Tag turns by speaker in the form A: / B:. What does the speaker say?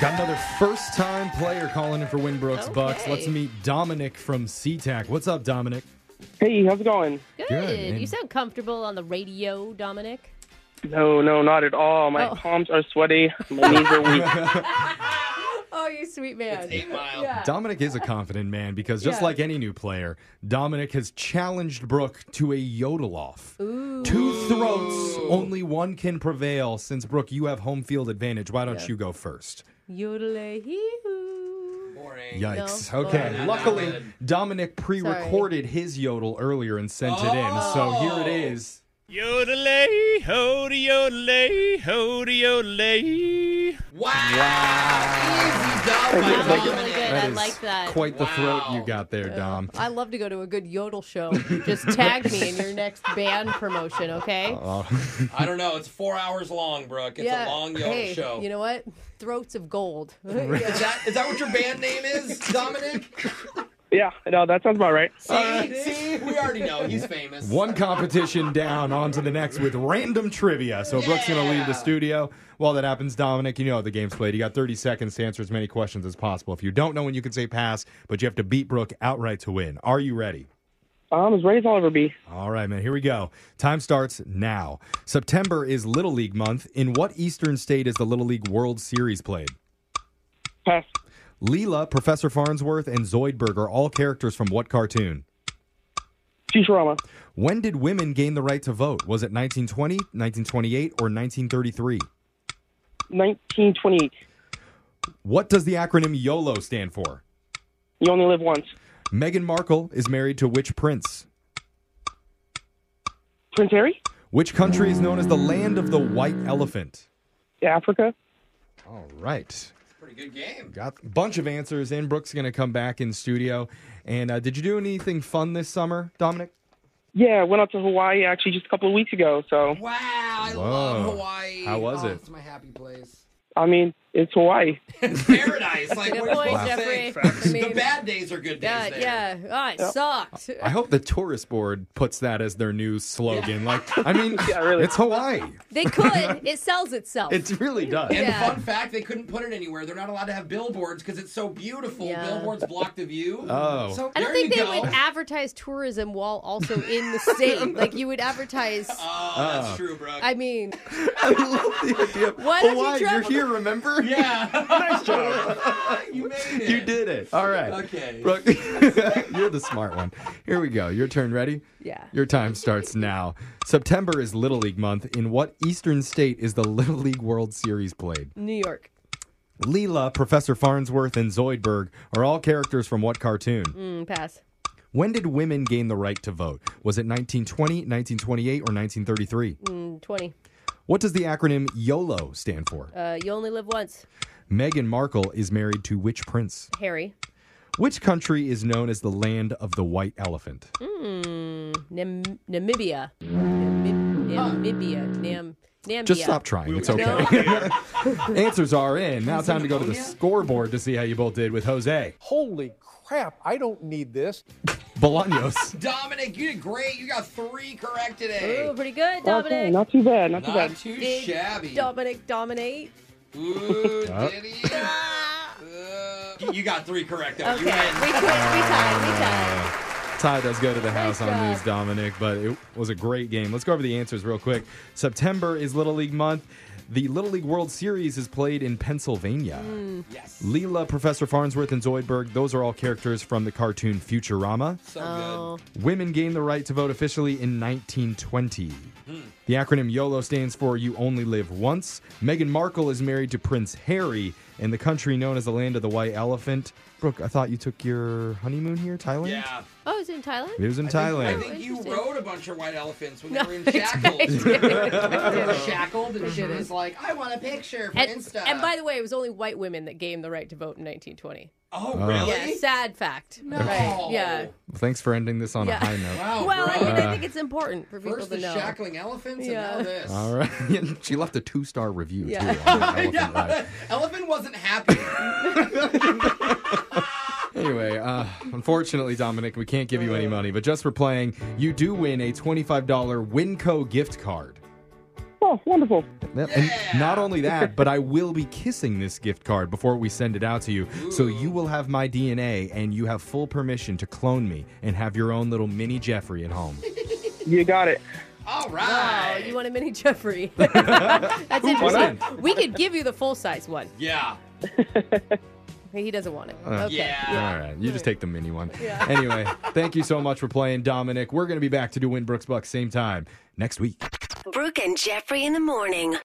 A: Got another first time player calling in for Winbrooks Bucks.
B: Okay.
A: Let's meet Dominic from SeaTac. What's up, Dominic?
C: Hey, how's it going?
B: Good.
A: Good,
B: You
A: man.
B: sound comfortable on the radio, Dominic.
C: No, no, not at all. My
B: Oh.
C: palms are sweaty. My knees are weak.
B: Oh, you sweet man. Yeah.
A: Dominic is a confident man because just
B: Yeah.
A: like any new player, Dominic has challenged Brooke to a yodel off. Two throats, only one can prevail. Since Brooke, you have home field advantage. Why don't you go first?
B: Yodel-a-hee-hoo.
A: Yikes.
B: No.
A: Okay.
B: Oh.
A: Luckily, Dominic pre recorded his yodel earlier and sent it in. So here it
B: Oh.
A: is.
D: Yodelay, hody, yodelay, hody, yodelay.
E: Wow. Easy dub by
B: That was really
E: Dominic.
B: good. I
A: is
B: like that.
A: Quite the throat
E: Wow.
A: you got there, Dom.
B: I love to go to a good yodel show. Just tag me in your next band promotion, okay?
E: I don't know. It's four hours long, Brooke. It's a long yodel
B: hey,
E: show.
B: You know what? Throats of gold.
E: is that is that what your band name is, Dominic?
C: yeah, no, that sounds about right.
E: See, see, we already know he's famous.
A: One competition down, on to the next with random trivia. So Brooke's going to leave the
E: Yeah.
A: studio. While that happens, Dominic, you know how the game's played. You got 30 seconds to answer as many questions as possible. If you don't know when you can say pass, but you have to beat Brooke outright to win. Are you ready?
C: I'm as ready as I'll ever be.
A: All right, man, here we go. Time starts now. September is Little League month. In what Eastern state is the Little League World Series played?
C: Pass.
A: Leela, Professor Farnsworth, and Zoidberg are all characters from what cartoon?
C: Futurama.
A: When did women gain the right to vote? Was it 1920, 1928, or 1933?
C: 1928.
A: What does the acronym YOLO stand for?
C: You only live once.
A: Meghan Markle is married to which prince?
C: Prince Harry?
A: Which country is known as the land of the white elephant?
C: Africa?
A: All right.
E: pretty good game.
A: Got a bunch of answers in. Brooke's going to come back in studio. And uh, did you do anything fun this summer, Dominic?
C: Yeah, I went out to Hawaii actually just a couple of weeks ago. So,
E: Wow, I
A: Whoa.
E: love Hawaii.
A: How was
E: Oh,
A: it?
E: It's my happy place.
C: I mean, it's Hawaii.
E: It's paradise. Like
B: Good
E: what
B: point,
E: you
B: Jeffrey.
E: say?
B: I mean,
E: The bad days are good days.
B: yeah,
E: there.
B: yeah. Oh, it sucked.
A: I hope the tourist board puts that as their new slogan. Like, I mean,
C: Yeah, really.
A: it's Hawaii.
B: They could. It sells itself.
A: It really does.
E: And
B: Yeah.
E: fun fact, they couldn't put it anywhere. They're not allowed to have billboards because it's so beautiful.
B: Yeah.
E: Billboards block the view.
A: Oh.
E: so
B: I don't
E: there
B: think they
E: you go.
B: would advertise tourism while also in the state. like you would advertise.
E: Oh, that's true, bro.
B: I mean,
A: I love the idea. of
B: Why don't you
A: Hawaii, are
B: travel-
A: here, remember?
E: yeah, nice job. you made it.
A: You did it. All right.
E: Okay.
A: Brooke, you're the smart one. Here we go. Your turn. Ready?
B: Yeah.
A: Your time starts now. September is Little League month. In what Eastern state is the Little League World Series played?
B: New York.
A: Leela, Professor Farnsworth, and Zoidberg are all characters from what cartoon?
B: Mm, pass.
A: When did women gain the right to vote? Was it 1920, 1928, or 1933?
B: Mm, Twenty.
A: What does the acronym YOLO stand for?
B: Uh, you only live once,
A: Meghan Markle is married to which prince?
B: Harry.
A: Which country is known as the land of the white elephant?
B: Nam- Namibia. Namib- Namibia. Nam- Namibia.
A: Just stop trying. It's okay. Answers are in. Now, time to go to the scoreboard to see how you both did with Jose
F: Holy crap, I don't need this.
A: Bolaños.
E: Dominic, you did great. You got three correct today.
B: Ooh, pretty good,
C: Okay,
B: Dominic.
C: not too bad. Not too
E: Not
C: bad.
E: too
B: Big
E: shabby.
B: Dominic dominate.
E: Ooh, did he? Uh, you- you got three correct. though.
B: Okay,
E: You
B: we
E: win.
B: quit. We tied.
A: Ty does go to the house on
B: job.
A: these, Dominic, but it was a great game. Let's go over the answers real quick. September is Little League month. The Little League World Series is played in Pennsylvania.
E: Yes.
A: Leela, Professor Farnsworth, and Zoidberg, those are all characters from the cartoon Futurama.
E: So
B: We tied. Oh,
A: Women gained the right to vote officially in 1920. The acronym YOLO stands for You Only Live Once. Meghan Markle is married to Prince Harry in the country known as the Land of the White Elephant. Brooke, I thought you took your honeymoon here,
E: good.
A: Thailand?
E: Yeah.
B: oh, it's in Thailand.
A: It was in
E: I
A: Thailand.
E: think you
B: interesting.
E: rode a bunch of white elephants when they were in shackles. They were shackled, and she was like, "I want a picture for
B: Mm-hmm. And,
E: Insta."
B: and by the way, it was only white women that gained the right to vote in 1920.
E: oh, really?
B: Yeah, sad fact. No. Yeah.
A: Thanks for ending this on
B: Yeah.
A: a high note.
E: Wow.
B: Well, I
E: bro.
B: mean, I think it's important for people
E: Oh, First
B: to
E: the
B: know.
E: shackling elephants, and
B: Yeah.
E: now this.
A: All right. she left a two star review,
B: Yeah.
A: too. On that elephant ride.
E: Yeah. Elephant wasn't happy.
A: Anyway, uh, unfortunately, Dominic, we can't give you any money, but just for playing, you do win a $25 Winco gift card.
C: Oh, wonderful.
A: Yep, And not only that, but I will be kissing this gift card before we send it out to you. So you will have my DNA and you have full permission to clone me and have your own little mini Jeffrey at home.
C: You got it.
E: All
B: Wow,
E: right.
B: Oh, you want a mini Jeffrey? That's interesting. We could give you the full size one.
E: yeah.
B: He doesn't want it.
A: Uh,
B: okay.
E: yeah.
A: All right. You just take the mini one. Anyway, thank you so much for playing, Dominic. We're going to be back to do Win Brooks Bucks same time next week.
G: Brooke and Jeffrey in the morning.